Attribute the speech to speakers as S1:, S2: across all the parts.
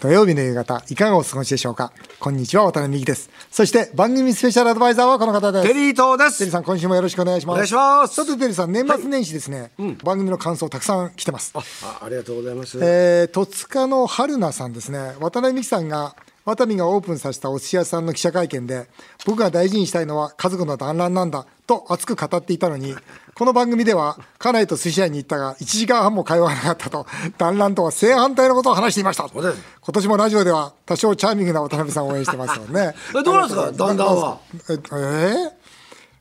S1: 土曜日の夕方、いかがお過ごしでしょうかこんにちは、渡辺美希です。そして、番組スペシャルアドバイザーはこの方です。
S2: テリー東です。
S1: テリーさん、今週もよろしくお願いします。
S2: お願いします
S1: さて、テリーさん、年末年始ですね、番組の感想たくさん来てます。
S2: あありがとうございます。
S1: えー、戸塚の春菜さんですね渡辺美樹さんが渡辺がオープンさせたお寿司屋さんの記者会見で僕が大事にしたいのは家族の団らんなんだと熱く語っていたのにこの番組では家内と寿司屋に行ったが1時間半も会話がなかったと団らんとは正反対のことを話していました
S2: うです
S1: 今年もラジオでは多少チャーミングな渡辺さんを応援してますよね
S2: えどうなんですか団らんは
S1: ええー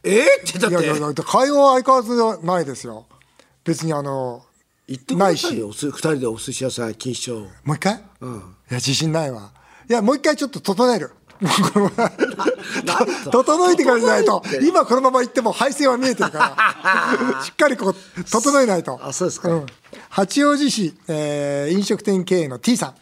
S2: えーってだっ
S1: いやい
S2: て
S1: やいや会話は相変わらずないですよ別にあの
S2: 言ってくださいよ。お寿二人でお寿司屋さん錦糸町。
S1: もう一回、いや自信ないわいやもう一回ちょっと整 える 整えてからじゃないと今このまま行っても配線は見えてるから しっかりこう整えないと
S2: あそうですか
S1: ん八王子市、えー飲食店経営の T さん、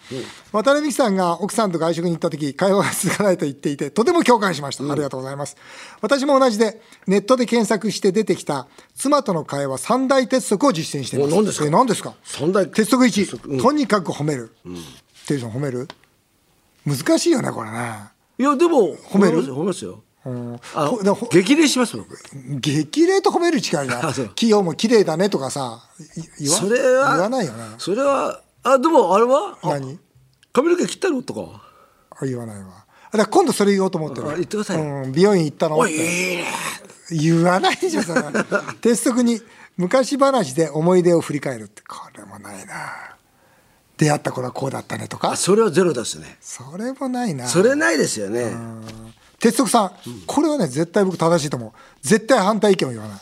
S1: 渡辺美樹さんが奥さんと外食に行った時会話が続かないと言っていてとても共感しました、ありがとうございます私も同じでネットで検索して出てきた妻との会話三大鉄則を実践しています
S2: お何ですか
S1: え何ですか
S2: 三大
S1: 鉄則1
S2: 則うん
S1: とにかく褒める、テリーさん褒める難しいよねこれね
S2: いやでも褒
S1: める
S2: ますよ褒めますよ。
S1: ん
S2: あ
S1: ほでもほ
S2: 激励します僕。
S1: 激励と褒める力が
S2: あそう
S1: 企業も綺麗だねとかさい言わ
S2: それは
S1: 言わないよね
S2: それはあでもあれはあ
S1: 何
S2: 髪の毛切ったのとか。
S1: あ言わないわだから今度それ言おうと思ってる
S2: あ言ってください
S1: うん、美容院行ったのっ
S2: おいい
S1: て
S2: いね。
S1: 言わないでしょ それ鉄則に昔話で思い出を振り返るってこれもないな出会った頃はこうだったねとか
S2: あそれはゼロですね。
S1: それもないな
S2: それないですよね。
S1: 鉄則さん、これはね絶対僕正しいと思う絶対反対意見を言わない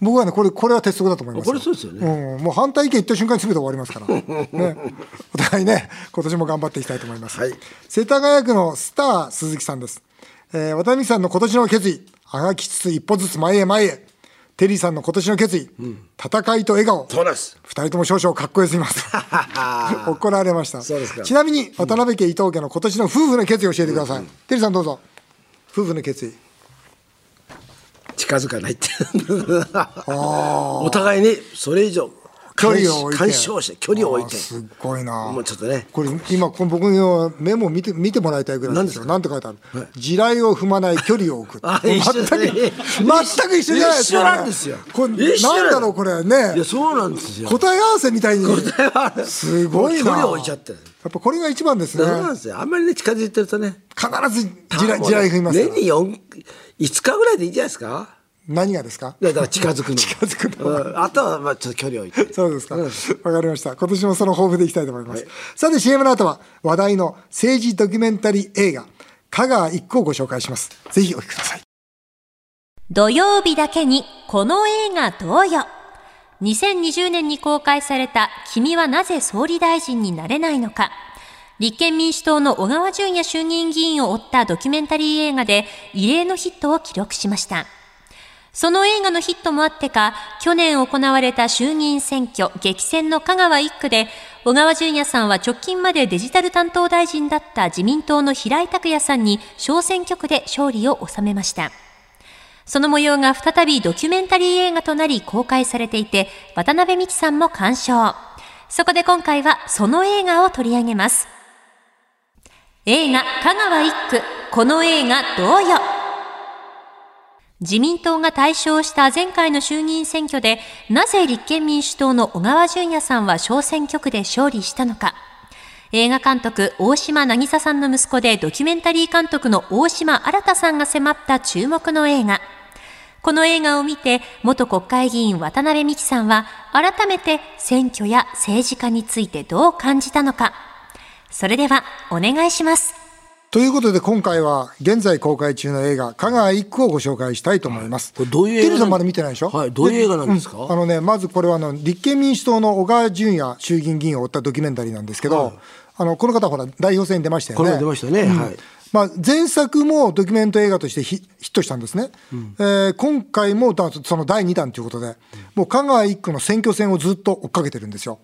S1: 僕はねこれこれは鉄則だと思いますよ
S2: これそうですよ
S1: うん、もう反対意見言った瞬間に全て終わりますから、ね、お互いね今年も頑張っていきたいと思います、
S2: はい
S1: 世田谷区のスター鈴木さんです、えー渡辺美樹さんの今年の決意あがきつつ一歩ずつ前へ前へテリーさんの今年の決意、戦いと笑顔
S2: そうなんです。
S1: 二人とも少々かっこよすぎます 怒られました
S2: そうですか
S1: ちなみに渡辺家伊藤家の今年の夫婦の決意を教えてください、テリーさんどうぞ夫婦の決意
S2: 近づかないって。 お互いにそれ以上
S1: 距離を置いて
S2: 干渉して距離を置い
S1: あー
S2: て。
S1: すっごいな
S2: もうちょっとね
S1: これ今この僕のメモを見て見てもらいたいぐらいですよなんて書いてある、地雷を踏まない距離を置く
S2: あ
S1: 全く
S2: 一緒だね
S1: 全く一緒じゃないですか、
S2: 一緒なんですよ
S1: これ
S2: 一緒なん
S1: なんだろうこれね
S2: いやそうなんですよ。
S1: 答え合わせみたいにすごいな
S2: 距離を置いちゃってる。
S1: やっぱこれが一番ですね
S2: そうなんですよ。あんまりね近づいてるとね。
S1: 必ず地雷地雷踏みますから
S2: 年に四五日ぐらいでいいんじゃないですか。
S1: 何がですか
S2: いやだから近づくの。 近
S1: づくの
S2: あとはまあちょっと距離を置いて。
S1: そうですか。わ、かりました。今年もその抱負でいきたいと思います。さて CM の後は話題の政治ドキュメンタリー映画、香川一行をご紹介します。ぜひお聞きください。
S3: 土曜日だけにこの映画どうよ2020年に公開された君はなぜ総理大臣になれないのか立憲民主党の小川淳也衆議院議員を追ったドキュメンタリー映画で異例のヒットを記録しましたその映画のヒットもあってか、去年行われた衆議院選挙激戦の香川一区で、小川淳也さんは直近までデジタル担当大臣だった自民党の平井拓也さんに小選挙区で勝利を収めました。その模様が再びドキュメンタリー映画となり公開されていて、渡辺美樹さんも鑑賞。そこで今回はその映画を取り上げます。映画、香川一区、この映画どうよ自民党が大勝した前回の衆議院選挙で、なぜ立憲民主党の小川淳也さんは小選挙区で勝利したのか。映画監督、大島渚さんの息子でドキュメンタリー監督の大島新さんが迫った注目の映画。この映画を見て、元国会議員渡辺美樹さんは、改めて選挙や政治家についてどう感じたのか。それでは、お願いします。
S1: ということで今回は現在公開中の映画、香川一行をご紹介したいと思います。
S2: これどういう映画
S1: テリーさんまだ見てないでしょ
S2: はいどういう映画なんですか
S1: あのね、まずこれはあの立憲民主党の小川淳也衆議院議員を追ったドキュメンタリーなんですけど、あのこの方ほら代表選に出ましたよ
S2: こ
S1: ね。
S2: れが出ましたね。はい。
S1: まあ、前作もドキュメント映画としてヒヒットしたんですね、えー今回もだその第2弾ということで、もう香川一区の選挙戦をずっと追っかけてるんですよ。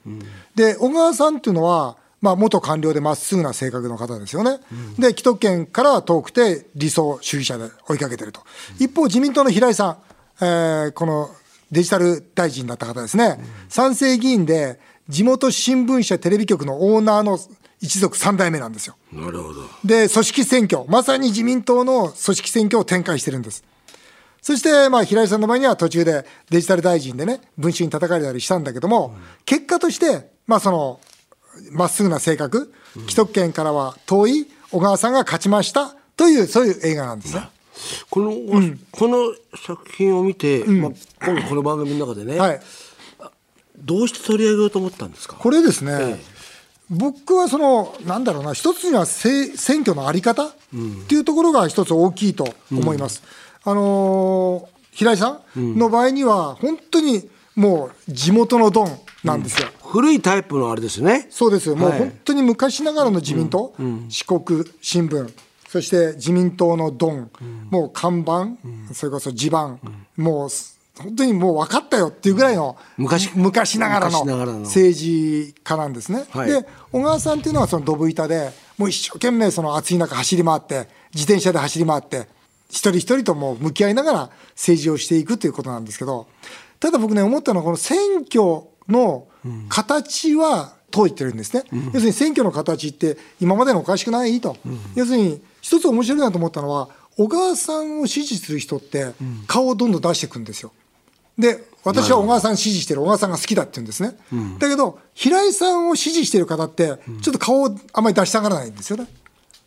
S1: で小川さんっていうのは、まあ、元官僚でまっすぐな性格の方ですよね、で既得権からは遠くて理想主義者で追いかけてると、一方自民党の平井さん、えーこのデジタル大臣だった方ですね、賛成議員で地元新聞社テレビ局のオーナーの一族三代目なんですよ。
S2: なるほど。
S1: で、組織選挙、まさに自民党の組織選挙を展開してるんです。そして、まあ、平井さんの場合には途中でデジタル大臣でね、文春に叩かれたりしたんだけども、結果として、まあ、その、まっすぐな性格、既得権からは遠い小川さんが勝ちましたという、そういう映画なんですね。
S2: この、この作品を見て、まあ、今回この番組の中でね、
S1: はい。
S2: どうして取り上げようと思ったんですか。
S1: これですね、
S2: ええ
S1: 僕はその、なんだろうな、一つにはせ選挙の在り方っていうところが一つ大きいと思います。あのー平井さんの場合には、本当にもう地元のドンなんですよ。
S2: 古いタイプのあれですよね。
S1: そうですよ、もう
S2: はい
S1: 本当に昔ながらの自民党、四国新聞、そして自民党のドン、もう看板、それこそ地盤、もうす本当にもう分かったよっていうぐらいの
S2: 昔
S1: 昔ながらの
S2: 昔ながらの
S1: 政治家なんですね。
S2: はい
S1: で、小川さんっていうのはそのドブ板で、もう一生懸命その暑い中走り回って、自転車で走り回って、一人一人ともう向き合いながら政治をしていくということなんですけど、ただ僕ね、思ったのはこの選挙の形は解いてるんですね。要するに選挙の形って今までのおかしくないと。要するに一つ面白いなと思ったのは、小川さんを支持する人って顔をどんどん出していくんですよ。で私は小川さん支持してる小川さんが好きだって言うんですね、だけど平井さんを支持してる方ってちょっと顔をあまり出したがらないんですよね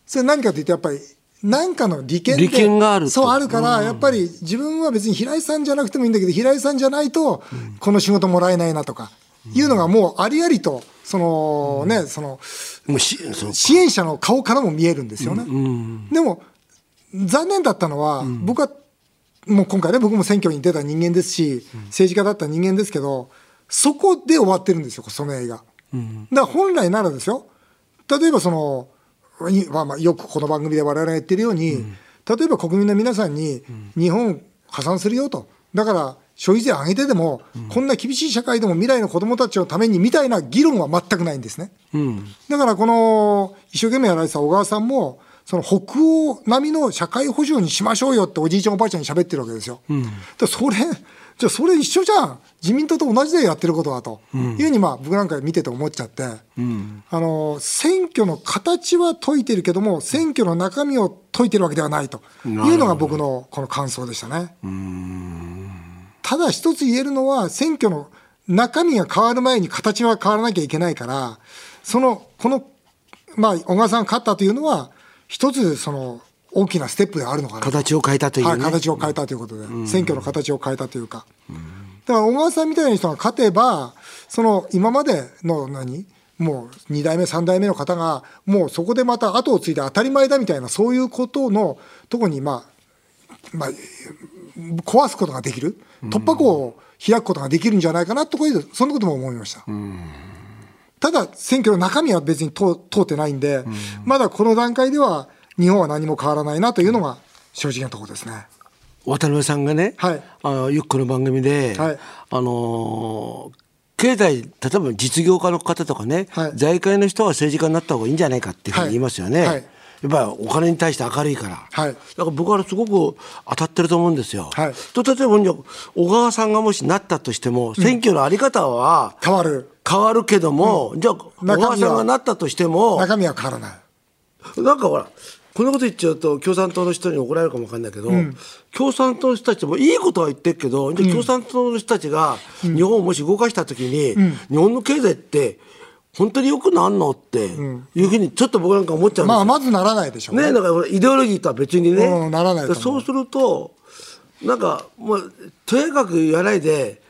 S1: それ何かというとやっぱり何かの利権で
S2: 利権があると
S1: そうあるから、やっぱり自分は別に平井さんじゃなくてもいいんだけど平井さんじゃないとこの仕事もらえないなとか、いうのがもうありありとそのね、その
S2: もうし、そう。
S1: 支援者の顔からも見えるんですよね。でも残念だったのは、僕はもう今回ね僕も選挙に出た人間ですし、政治家だった人間ですけどそこで終わってるんですよその映画。だから本来ならですよ例えばその、いまあ、まあよくこの番組で我々が言ってるように、例えば国民の皆さんに日本破産するよとだから消費税上げてでも、こんな厳しい社会でも未来の子どもたちのためにみたいな議論は全くないんですね。
S2: うん。
S1: だからこの一生懸命やられてた小川さんも、その北欧並みの社会保障にしましょうよっておじいちゃんおばあちゃんに喋ってるわけですよ。だからそれ、じゃあそれ一緒じゃん。自民党と同じでやってることだと、いうふうにまあ僕なんか見てて思っちゃって、あの、選挙の形は解いてるけども、選挙の中身を解いてるわけではないというのが僕のこの感想でしたね。ただ一つ言えるのは、選挙の中身が変わる前に形は変わらなきゃいけないから、その、この、まあ、小川さんが勝ったというのは、一つ、その、大きなステップであるのかな。
S2: 形を変えたというね。
S1: はい、形を変えたということで、選挙の形を変えたというか、だから小川さんみたいな人が勝てば、その今までの何、もう2代目、3代目の方が、もうそこでまた後を継いで当たり前だみたいな、そういうことのとこに、まあまあ、壊すことができる、突破口を開くことができるんじゃないかなとこいう、そんなことも思いました。ただ、選挙の中身は別に通通ってないんで、まだこの段階では、日本は何も変わらないなというのが正直なところですね。
S2: 渡辺さんがね、
S1: はい
S2: あよくこの番組で、
S1: はい
S2: あのー経済例えば実業家の方とかね、
S1: はい
S2: 財界の人は政治家になった方がいいんじゃないかっていうふうに言いますよね、
S1: はいはい
S2: やっぱりお金に対して明るいから、
S1: はい
S2: だから僕はすごく当たってると思うんですよ。
S1: はい
S2: と例えばじゃあ小川さんがもしなったとしても選挙のあり方は
S1: 変わる。
S2: 変わるけども、じゃあ小
S1: 身は
S2: 川さんがなったとしても
S1: 中身は変わらない。
S2: なんかほらこんなこと言っちゃうと共産党の人に怒られるかもわかんないけど、共産党の人たちもいいことは言ってるけど、じゃあ共産党の人たちが日本をもし動かした時に、日本の経済って本当に良くなんのっていうふうにちょっと僕なんか思っちゃうんです
S1: ま
S2: よ
S1: あ、まずならないでしょうね。
S2: ねだからほらイデオロギーとは別にね、
S1: うんならないと思う
S2: そうするとなんかもうとにかく言わないで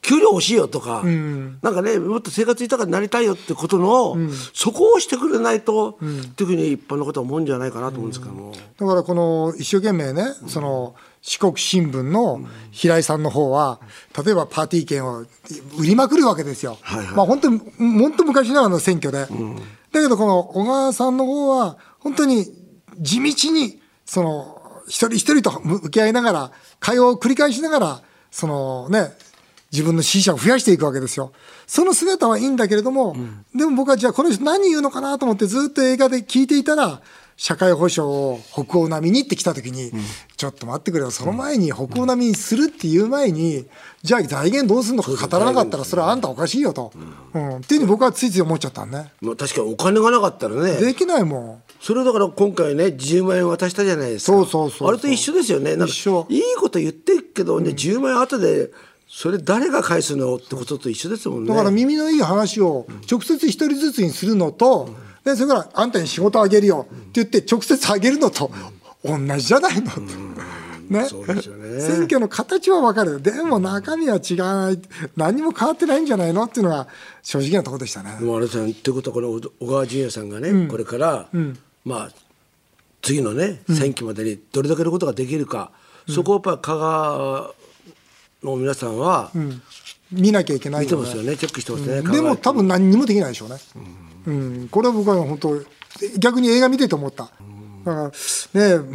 S2: 給料欲しいよとか、なんかねもっと生活豊かになりたいよってことの、そこをしてくれないと、っていうふうに一般の方は思うんじゃないかなと思うんですけども、
S1: だからこの一生懸命ね、その四国新聞の平井さんの方は、例えばパーティー券を売りまくるわけですよ。
S2: はいはい
S1: まあ本当に、本当昔ながらの選挙で。だけどこの小川さんの方は、本当に地道に、その一人一人と向き合いながら、会話を繰り返しながら、そのね、自分の支持者を増やしていくわけですよ。その姿はいいんだけれども、でも僕はじゃあこの人何言うのかなと思ってずっと映画で聞いていたら、社会保障を北欧並みにって来た時に、ちょっと待ってくれよ、その前に北欧並みにするっていう前に、じゃあ財源どうするのか語らなかったら、それはあんたおかしいよと、うんっていうふうに僕はついつい思っちゃったんね。
S2: まあ、確かにお金がなかったらね
S1: できないもん。
S2: それをだから今回ね10万円渡したじゃないですか
S1: そうそうそうそう
S2: あれと一緒ですよねなん
S1: 一
S2: か
S1: 緒
S2: いいこと言ってるけど、ね10万円後でそれ誰が返すのってことと一緒ですもんね
S1: だから耳のいい話を直接一人ずつにするのと、でそれからあんたに仕事あげるよって言って直接あげるのと同じじゃないのって。ね、
S2: そうですよね
S1: 選挙の形は分かるでも中身は違わない何にも変わってないんじゃないのっていうのが正直なところでしたね
S2: でもあれさんってことはこの小川淳也さんがね、これから、まあ次のね選挙までにどれだけのことができるか、そこをやっぱ香川の皆さんは
S1: 見なきゃいけない
S2: 見てますよね、チェックしてますね、香川
S1: でも多分何にもできないでしょうね、うんこれは僕は本当逆に映画見てて思った、だからね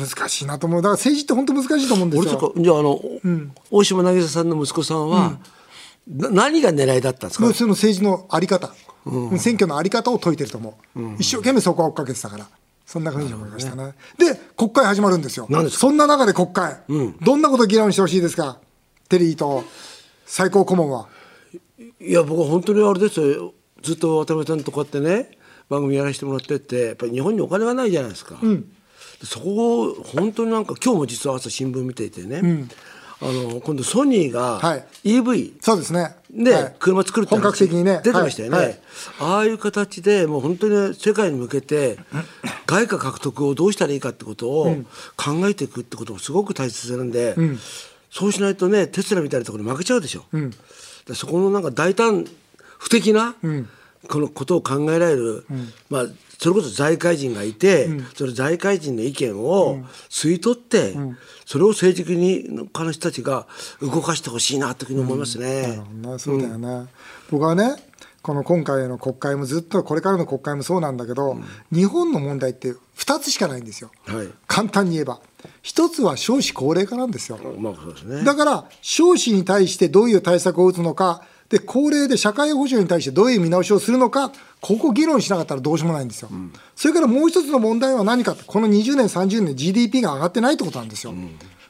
S1: 難しいなと思うだから政治って本当難しいと思うんです
S2: 俺
S1: よ
S2: とかじゃああの、大島渚さんの息子さんは、な何が狙いだったんですか、
S1: もうその政治のあり方、選挙のあり方を解いてると思う、一生懸命そこは追っかけてたから、そんなふうに思いましたね。で、国会始まるんですよ、
S2: 何ですか
S1: そんな中で国会、どんなことを議論してほしいですか、テリーと最高顧問は。
S2: いや僕は本当にあれですよずっと渡辺さんとこうやってね番組やらせてもらってってやっぱり日本にお金がないじゃないですか、でそこを本当になんか今日も実は朝新聞見ていてね、あの今度ソニーが
S1: はい
S2: EV
S1: そうですね。
S2: で、
S1: はい
S2: 車作るって話
S1: 本格的にね。
S2: 出てましたよね、
S1: はいはい
S2: ああいう形でもう本当に世界に向けて外貨獲得をどうしたらいいかってことを考えていくってこともすごく大切なんで、そうしないとねテスラみたいなところに負けちゃうでしょ、だからそこのなんか大胆不敵な、このことを考えられる、まあそれこそ財界人がいて、その財界人の意見を吸い取って、それを政治的に彼の人たちが動かしてほしいなというふうに思いますね。
S1: なるほどねそうだよね、僕はねこの今回の国会もずっとこれからの国会もそうなんだけど、日本の問題って2つしかないんですよ、
S2: はい
S1: 簡単に言えば1つは少子高齢化なんですよ、
S2: まあそうですね。
S1: だから少子に対してどういう対策を打つのかで高齢で社会保障に対してどういう見直しをするのかここ議論しなかったらどうしようもないんですよ、それからもう一つの問題は何かってこの20年30年 GDP が上がってないってことなんですよ、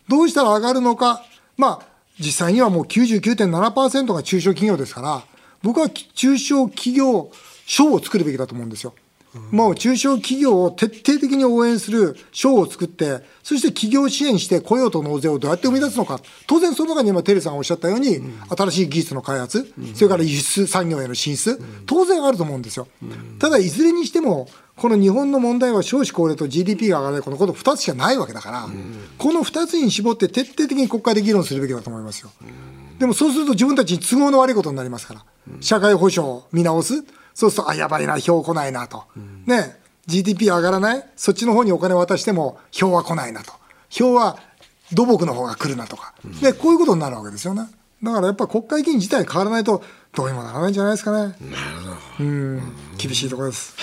S1: どうしたら上がるのかまあ実際にはもう99.7%が中小企業ですから僕は中小企業省を作るべきだと思うんですよもう中小企業を徹底的に応援する賞を作って、そして企業支援して雇用と納税をどうやって生み出すのか、当然その中に今、テレさんがおっしゃったように、新しい技術の開発、それから輸出産業への進出、当然あると思うんですよ。ただ、いずれにしても、この日本の問題は少子高齢と GDP が上がらない、このこと2つしかないわけだから、この2つに絞って徹底的に国会で議論するべきだと思いますよ。でもそうすると自分たちに都合の悪いことになりますから、社会保障を見直す、そうすると、あ、やばいな、票来ないなと、ね、GDP 上がらない、そっちの方にお金渡しても、票は来ないなと、票は土木の方が来るなとか、でこういうことになるわけですよね。だからやっぱ国会議員自体変わらないと、どうにもならないんじゃないですかね。うん、厳しいところです。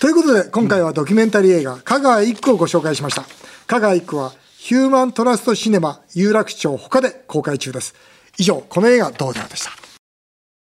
S1: ということで、今回はドキュメンタリー映画、香川一区をご紹介しました。香川一区は、ヒューマントラストシネマ有楽町他で公開中です。以上、この映画、どうででした。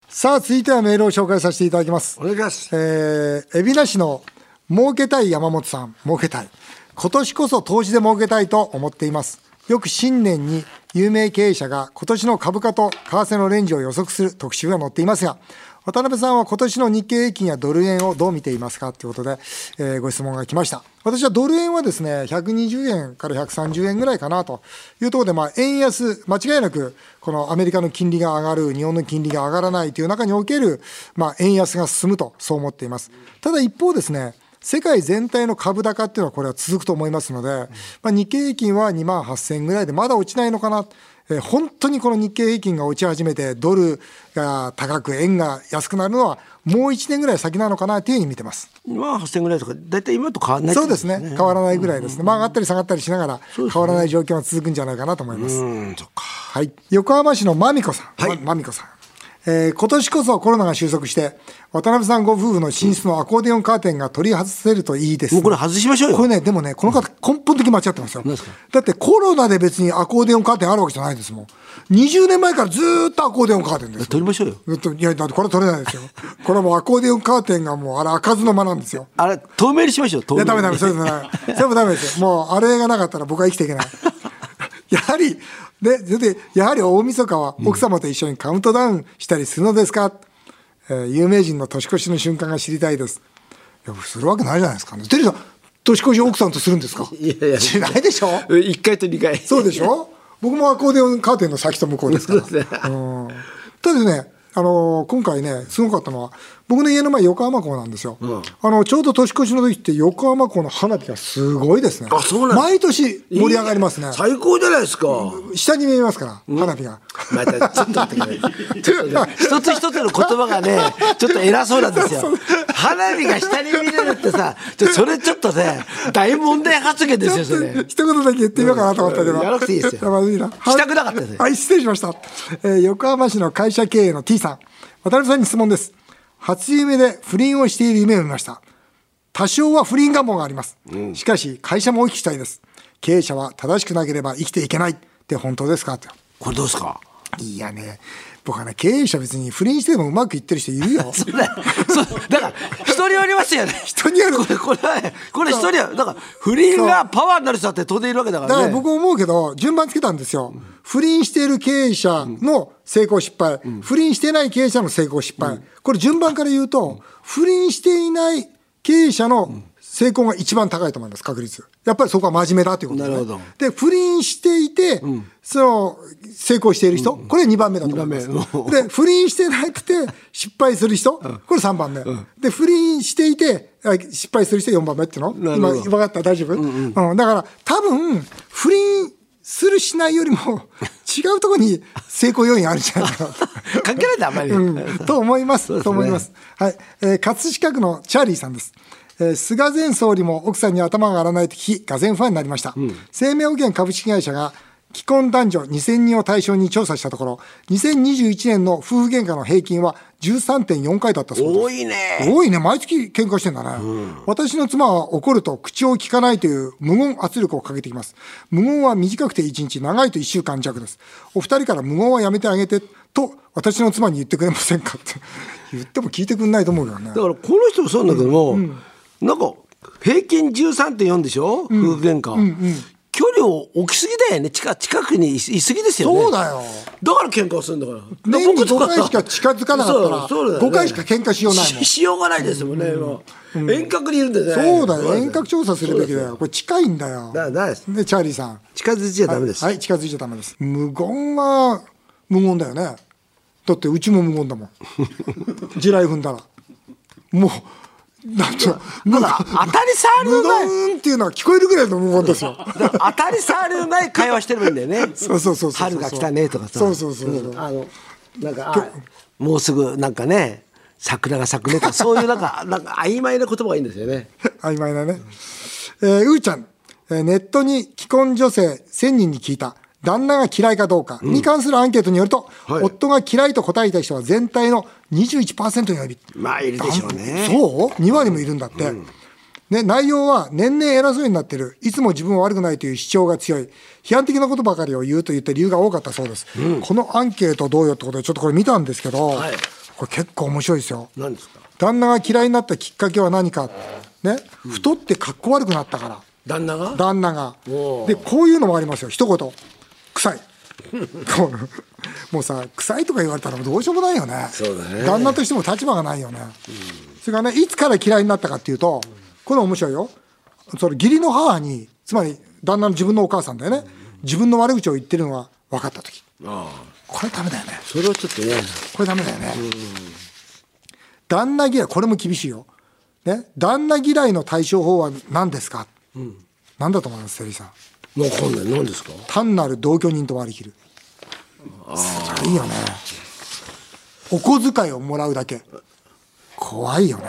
S1: さあ、続いてはメールを紹介させていただきます
S2: お。願いします。
S1: えー、海老名市の儲けたい山本さん、儲けたい。今年こそ投資で儲けたいと思っています。よく新年に有名経営者が今年の株価と為替のレンジを予測する特集が載っていますが、渡辺さんは今年の日経平均やドル円をどう見ていますかということで、えーご質問が来ました。私はドル円はですね、120円から130円ぐらいかなというところで、まあ、円安、間違いなく、このアメリカの金利が上がる、日本の金利が上がらないという中における、まあ、円安が進むと、そう思っています。ただ一方ですね、世界全体の株高っていうのはこれは続くと思いますので、まあ、日経平均は2万8000円ぐらいでまだ落ちないのかな。えー本当にこの日経平均が落ち始めてドルが高く円が安くなるのはもう1年ぐらい先なのかなというふうに見てます。
S2: まあ8000ぐらいとか、大体今と変わらないっ
S1: そ
S2: てこ
S1: う
S2: と
S1: ですね。変わらないぐらいですね。まあ上がったり下がったりしながら変わらない状況が続くんじゃないかなと思います。
S2: うん、そっか。
S1: はい、横浜市のまみこさん、
S2: はい
S1: ままみこさん、えー今年こそコロナが収束して渡辺さんご夫婦の寝室のアコーディオンカーテンが取り外せるといいです、
S2: もうこれ外しましょうよ
S1: これねでもねこの方根本的に間違ってますよ
S2: 何ですか
S1: だってコロナで別にアコーディオンカーテンあるわけじゃないですもん20年前からずーっとアコーディオンカーテンです
S2: 取りましょうよ。
S1: ずっといやだってこれは取れないですよこれはもうアコーディオンカーテンがもうあれ開かずの間なんですよ
S2: あれ、透明にしましょう、透
S1: い
S2: 明
S1: や
S2: に。
S1: ダメダメそれダメそれもダメですよもうあれがなかったら僕は生きていけない やはり、で、で、やはり大晦日は奥様と一緒にカウントダウンしたりするのですか、えー有名人の年越しの瞬間が知りたいです。いや、するわけないじゃないですかね。テリーさん、年越し奥さんとするんですか
S2: いやいや
S1: しないでしょ
S2: 1回と2回
S1: そうでしょ僕もアコーディオンカーテンの先と向こうです から。
S2: そうですね
S1: うんただね、あのー今回ね、すごかったのは、僕の家の前、横浜港なんですよ、あの。ちょうど年越しの時って、横浜港の花火がすごいですね。
S2: あそうなんだ
S1: 毎年盛り上がりますね。
S2: 最高じゃないですか、
S1: 下に見えますから、花火 が。
S2: またちょっと待ってくださいちょっとね一つ一つの言葉がねちょっと偉そうな んですよ花火が下に見れるってさちょそれちょっとね大問題発言ですよそ れ
S1: 一言だけ言ってみようかなと思ったけど、
S2: うんやらなくていいですよ
S1: やまずいな
S2: したくなかったですね
S1: はい、失礼しました、えー横浜市の会社経営の T さん渡辺さんに質問です初夢で不倫をしている夢を見ました多少は不倫願望があります、しかし会社も大きくしたいです経営者は正しくなければ生きていけないって本当ですかと
S2: これどうですか
S1: いやね僕はね経営者別に不倫してもうまくいってる人いる よ
S2: そうだよそうだから人によりますよね
S1: 人による
S2: これこれはねこれ人にはだから不倫がパワーになる人だって当然いるわけだか
S1: だか
S2: ら
S1: ら
S2: ね
S1: 僕思うけど、順番つけたんですよ。不倫している経営者の成功失敗、不倫してない経営者の成功失敗。これ順番から言うと、不倫していない経営者の成功が一番高いと思います、確率。やっぱりそこは真面目だということで、ね。
S2: なるほど
S1: で、不倫していて、その、成功している人、これ2番目だと思います。で、不倫してなくて失敗する人、これ3番目。で、不倫していて、あ失敗する人4番目っていうの
S2: なるほど
S1: 今、分かった、大丈夫、うんだから、多分、不倫するしない よりも、違うところに成功要因あるんじゃないかな と。
S2: 関係ないんだあんまり、
S1: うんと思います。
S2: そうですね
S1: と思います。はい、えー葛飾区のチャーリーさんです。えー菅前総理も奥さんに頭が上がらないと聞き、がぜファンになりました。生命保険株式会社が既婚男女2000人を対象に調査したところ、2021年の夫婦喧嘩の平均は13.4回だったそうです。
S2: 多いね
S1: 多いね、毎月喧嘩してんだね、私の妻は怒ると口を聞かないという無言圧力をかけてきます。無言は短くて1日、長いと1週間弱です。お二人から無言はやめてあげて、と私の妻に言ってくれませんかって。 言っても聞いてくれないと思うけどね
S2: だ。からこの人もそうなんだけども、なんか平均13.4でしょ、夫婦喧嘩、距離を置きすぎだよね近近くにいすいすぎですよね
S1: そうだよ。
S2: だから喧嘩をするんだから
S1: 年に5回しか近づかなかったら
S2: そうそうだよ
S1: 5回しか喧嘩しようないもん
S2: ししようがないですもんね、今遠隔にいるんでね
S1: そうだよ、遠隔調査するべき
S2: そう
S1: だよ。これ近いんだよ。
S2: だだです
S1: で、チャーリーさん。
S2: 近づいちゃダメです、
S1: はい、近づいちゃダメです。無言は無言だよね。だってうちも無言だ もん。地雷踏んだら。もう、なんていう の、
S2: ただ当たり障り
S1: 無
S2: のない
S1: 言っていうのは聞こえるぐらいの無言 ですよ。
S2: だから当たり障りのない会話してればいいんだよね
S1: そうそうそうそう
S2: 春が来たねとかさ
S1: そうそうそうそうん
S2: あのなんかあもうすぐなんかね桜が咲く ねとかそういうなんかなんか曖昧な言葉がいいんですよね
S1: 曖昧なね。えー、うーちゃん、えーネットに既婚女性1000人に聞いた。旦那が嫌いかどうかに関するアンケートによると、
S2: はい
S1: 夫が嫌いと答えた人は全体の21%に及び、
S2: まあいるでしょうね
S1: そう2割もいるんだって、ね、内容は年々偉そうになってるいつも自分は悪くないという主張が強い批判的なことばかりを言うと言った理由が多かったそうです、このアンケートどうよってことでちょっとこれ見たんですけど、
S2: い
S1: これ結構面白いですよ
S2: 何ですか
S1: 旦那が嫌いになったきっかけは何か、ね、太ってかっこ悪くなったから
S2: 旦那が
S1: 旦那が
S2: おー
S1: でこういうのもありますよ一言臭いこうもうさ臭いとか言われたらどうしようもないよね
S2: そうだね
S1: 旦那としても立場がないよね、それからねいつから嫌いになったかっていうとこれ面白いよその義理の母につまり旦那の自分のお母さんだよね、自分の悪口を言ってるのが分かった時
S2: ああ
S1: これダメだよね
S2: それはちょっとね
S1: これダメだよね。旦那嫌い、これも厳しいよ。ね、旦那嫌いの対処法は何ですか、何だと思います、セリーさん。
S2: わかんない何ですか
S1: 単なる同居人と割り切る。辛いよね。お小遣いをもらうだけ。怖いよね。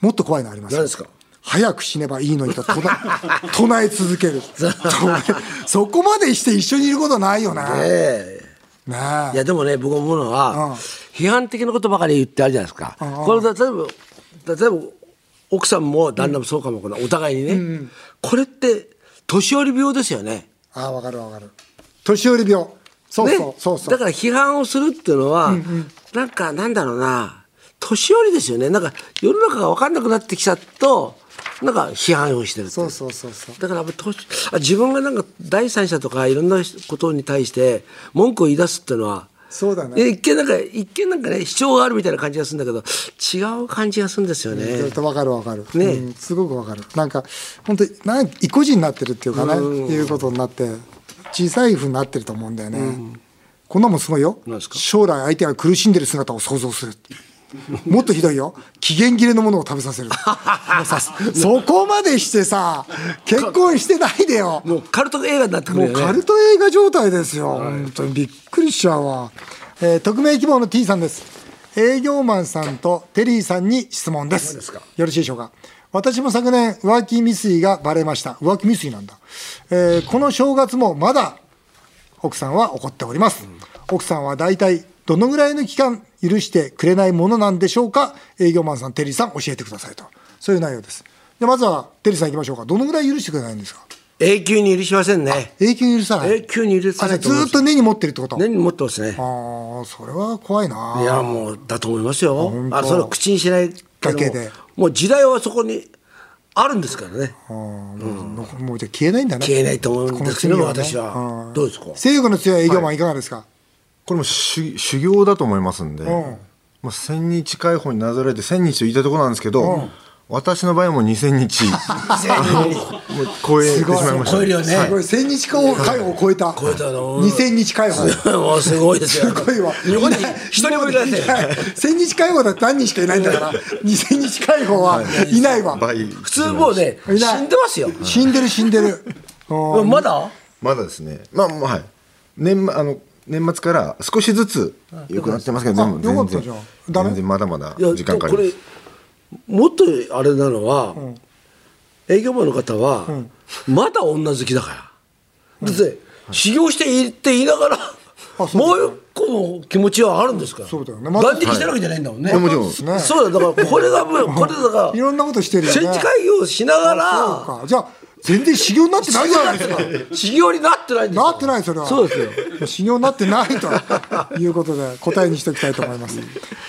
S1: もっと怖いのありますよ
S2: 何ですか
S1: 早く死ねばいいのにと唱え 唱え続ける。 そこまでして一緒にいることないよね。
S2: ええ
S1: ね
S2: いやでもね僕思うのは、
S1: うん
S2: 批判的なことばかり言ってあるじゃないですか、
S1: んうん
S2: これ例えば例えば奥さんも旦那もそうかもこのお互いにね、これって年寄り病ですよね
S1: ああ、わかるわかる。年寄り病。そうそう、
S2: ね
S1: そうそう。
S2: だから批判をするっていうのは、なんかなんだろうな年寄りですよねなんか世の中が分かんなくなってきちゃうとなんか批判をしてるってい
S1: そうそうそうそう
S2: だからやっぱ年あ自分がなんか第三者とかいろんなことに対して文句を言い出すっていうのは
S1: そうだね
S2: で一見なんか一見なんかね主張があるみたいな感じがするんだけど違う感じがするんですよね。
S1: ずっとわかるわかる、
S2: ね
S1: うんすごくわかるなんか本当になんか意固地になってるっていうかねいうことになって小さいふうになってると思うんだよね、こんなもんすごいよ
S2: なんですか
S1: 将来相手が苦しんでる姿を想像するもっとひどいよ期限切れのものを食べさ せるもうさそこまでしてさ結婚してないでよ
S2: もうカルト映画になってくる
S1: も
S2: よ
S1: う
S2: ね。
S1: カルト映画状態ですよ、本当にびっくりしちゃうわ、えー匿名希望の T さんです営業マンさんとテリーさんに質問です
S2: 何ですか
S1: よろしいでしょうか私も昨年浮気未遂がバレました浮気未遂なんだ、えーこの正月もまだ奥さんは怒っております、奥さんは大体どのぐらいの期間許してくれないものなんでしょうか営業マンさんテリーさん教えてくださいとそういう内容ですでまずはテリーさんいきましょうかどのぐらい許してくれないんですか
S2: 永久に許しませんね。
S1: 永久に許さない
S2: 永久に許さ
S1: あ
S2: な
S1: れ
S2: いと
S1: ず
S2: 思い
S1: ーっ
S2: ます。
S1: と根に持ってるってこと
S2: 年に持ってますね。
S1: ああそれは怖いない
S2: やもうだと思いますよ
S1: 本。当
S2: あそれは口にしない
S1: だけで。
S2: もう時代はそこにあるんですからね。
S1: あーもうもうじゃあ消えないんだね
S2: 消えないと思うんですけど
S1: この罪
S2: 私は
S1: ん
S2: どうですか
S1: 性欲の強い営業マンいかがですか、
S4: これも修修行だと思いますんで、
S1: ん
S4: まあ、1000日解放になぞらえて1000日と言いたいところなんですけど、私の場合はもう2000日もう超えてしまいました
S2: 超えるよ ね
S1: すごい1000日解放を超えた
S2: 超えたの
S1: 2000日解放す
S2: もうすごいですよ。
S1: ごいわ
S2: 日本に一人もいらない。
S1: 1000日解放だって何人しかいないんだから2000日解放はいないわ
S4: 倍
S2: 普通もうね死
S1: い
S2: ん
S1: ない
S2: でますよ。
S1: 死んでる死んでるうん
S2: まだ
S4: まだですねまあもうはい年末あの年末から少しずつ良くなってますけど
S1: あ
S4: でも全
S1: よかった
S4: 然
S1: じゃんダメ
S4: 全然まだまだ
S2: いや
S4: 時間かかりま
S2: でも
S4: す
S2: これもっとあれなのは、営業マンの方は、まだ女好きだからだって、修行していいって言いながら
S1: あそう
S2: もう一個の気持ちはあるんですから
S1: そうだよねまだ
S2: 断食してるわけじゃないんだもんね、
S4: いやもちろん
S1: ね
S2: そうだだからこれがもうこれだから
S1: いろんなことしてるよね
S2: 戦時会議をしなが
S1: そう
S2: ら
S1: かじゃあ全然修行になってないじゃないですか
S2: 修行になってないんですよ
S1: なってないそれは
S2: そうですよ
S1: 修行になってないということで答えにしておきたいと思います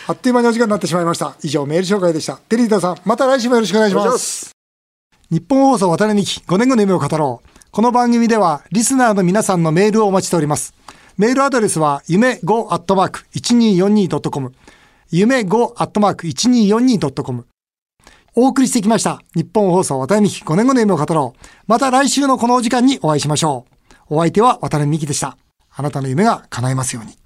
S1: あっという間にお時間になってしまいました以上メール紹介でしたテリータさんまた来週もよろしくお願いし
S2: お願
S1: ま
S2: いします
S1: 日本放送渡辺美希5年後の夢を語ろうこの番組ではリスナーの皆さんのメールをお待ちしておりますメールアドレスは夢 5-1242.com 夢 5-1242.com お送りしてきました。日本放送渡辺美希5年後の夢を語ろう。また来週のこのお時間にお会いしましょう。お相手は渡辺美希でした。あなたの夢が叶いますように。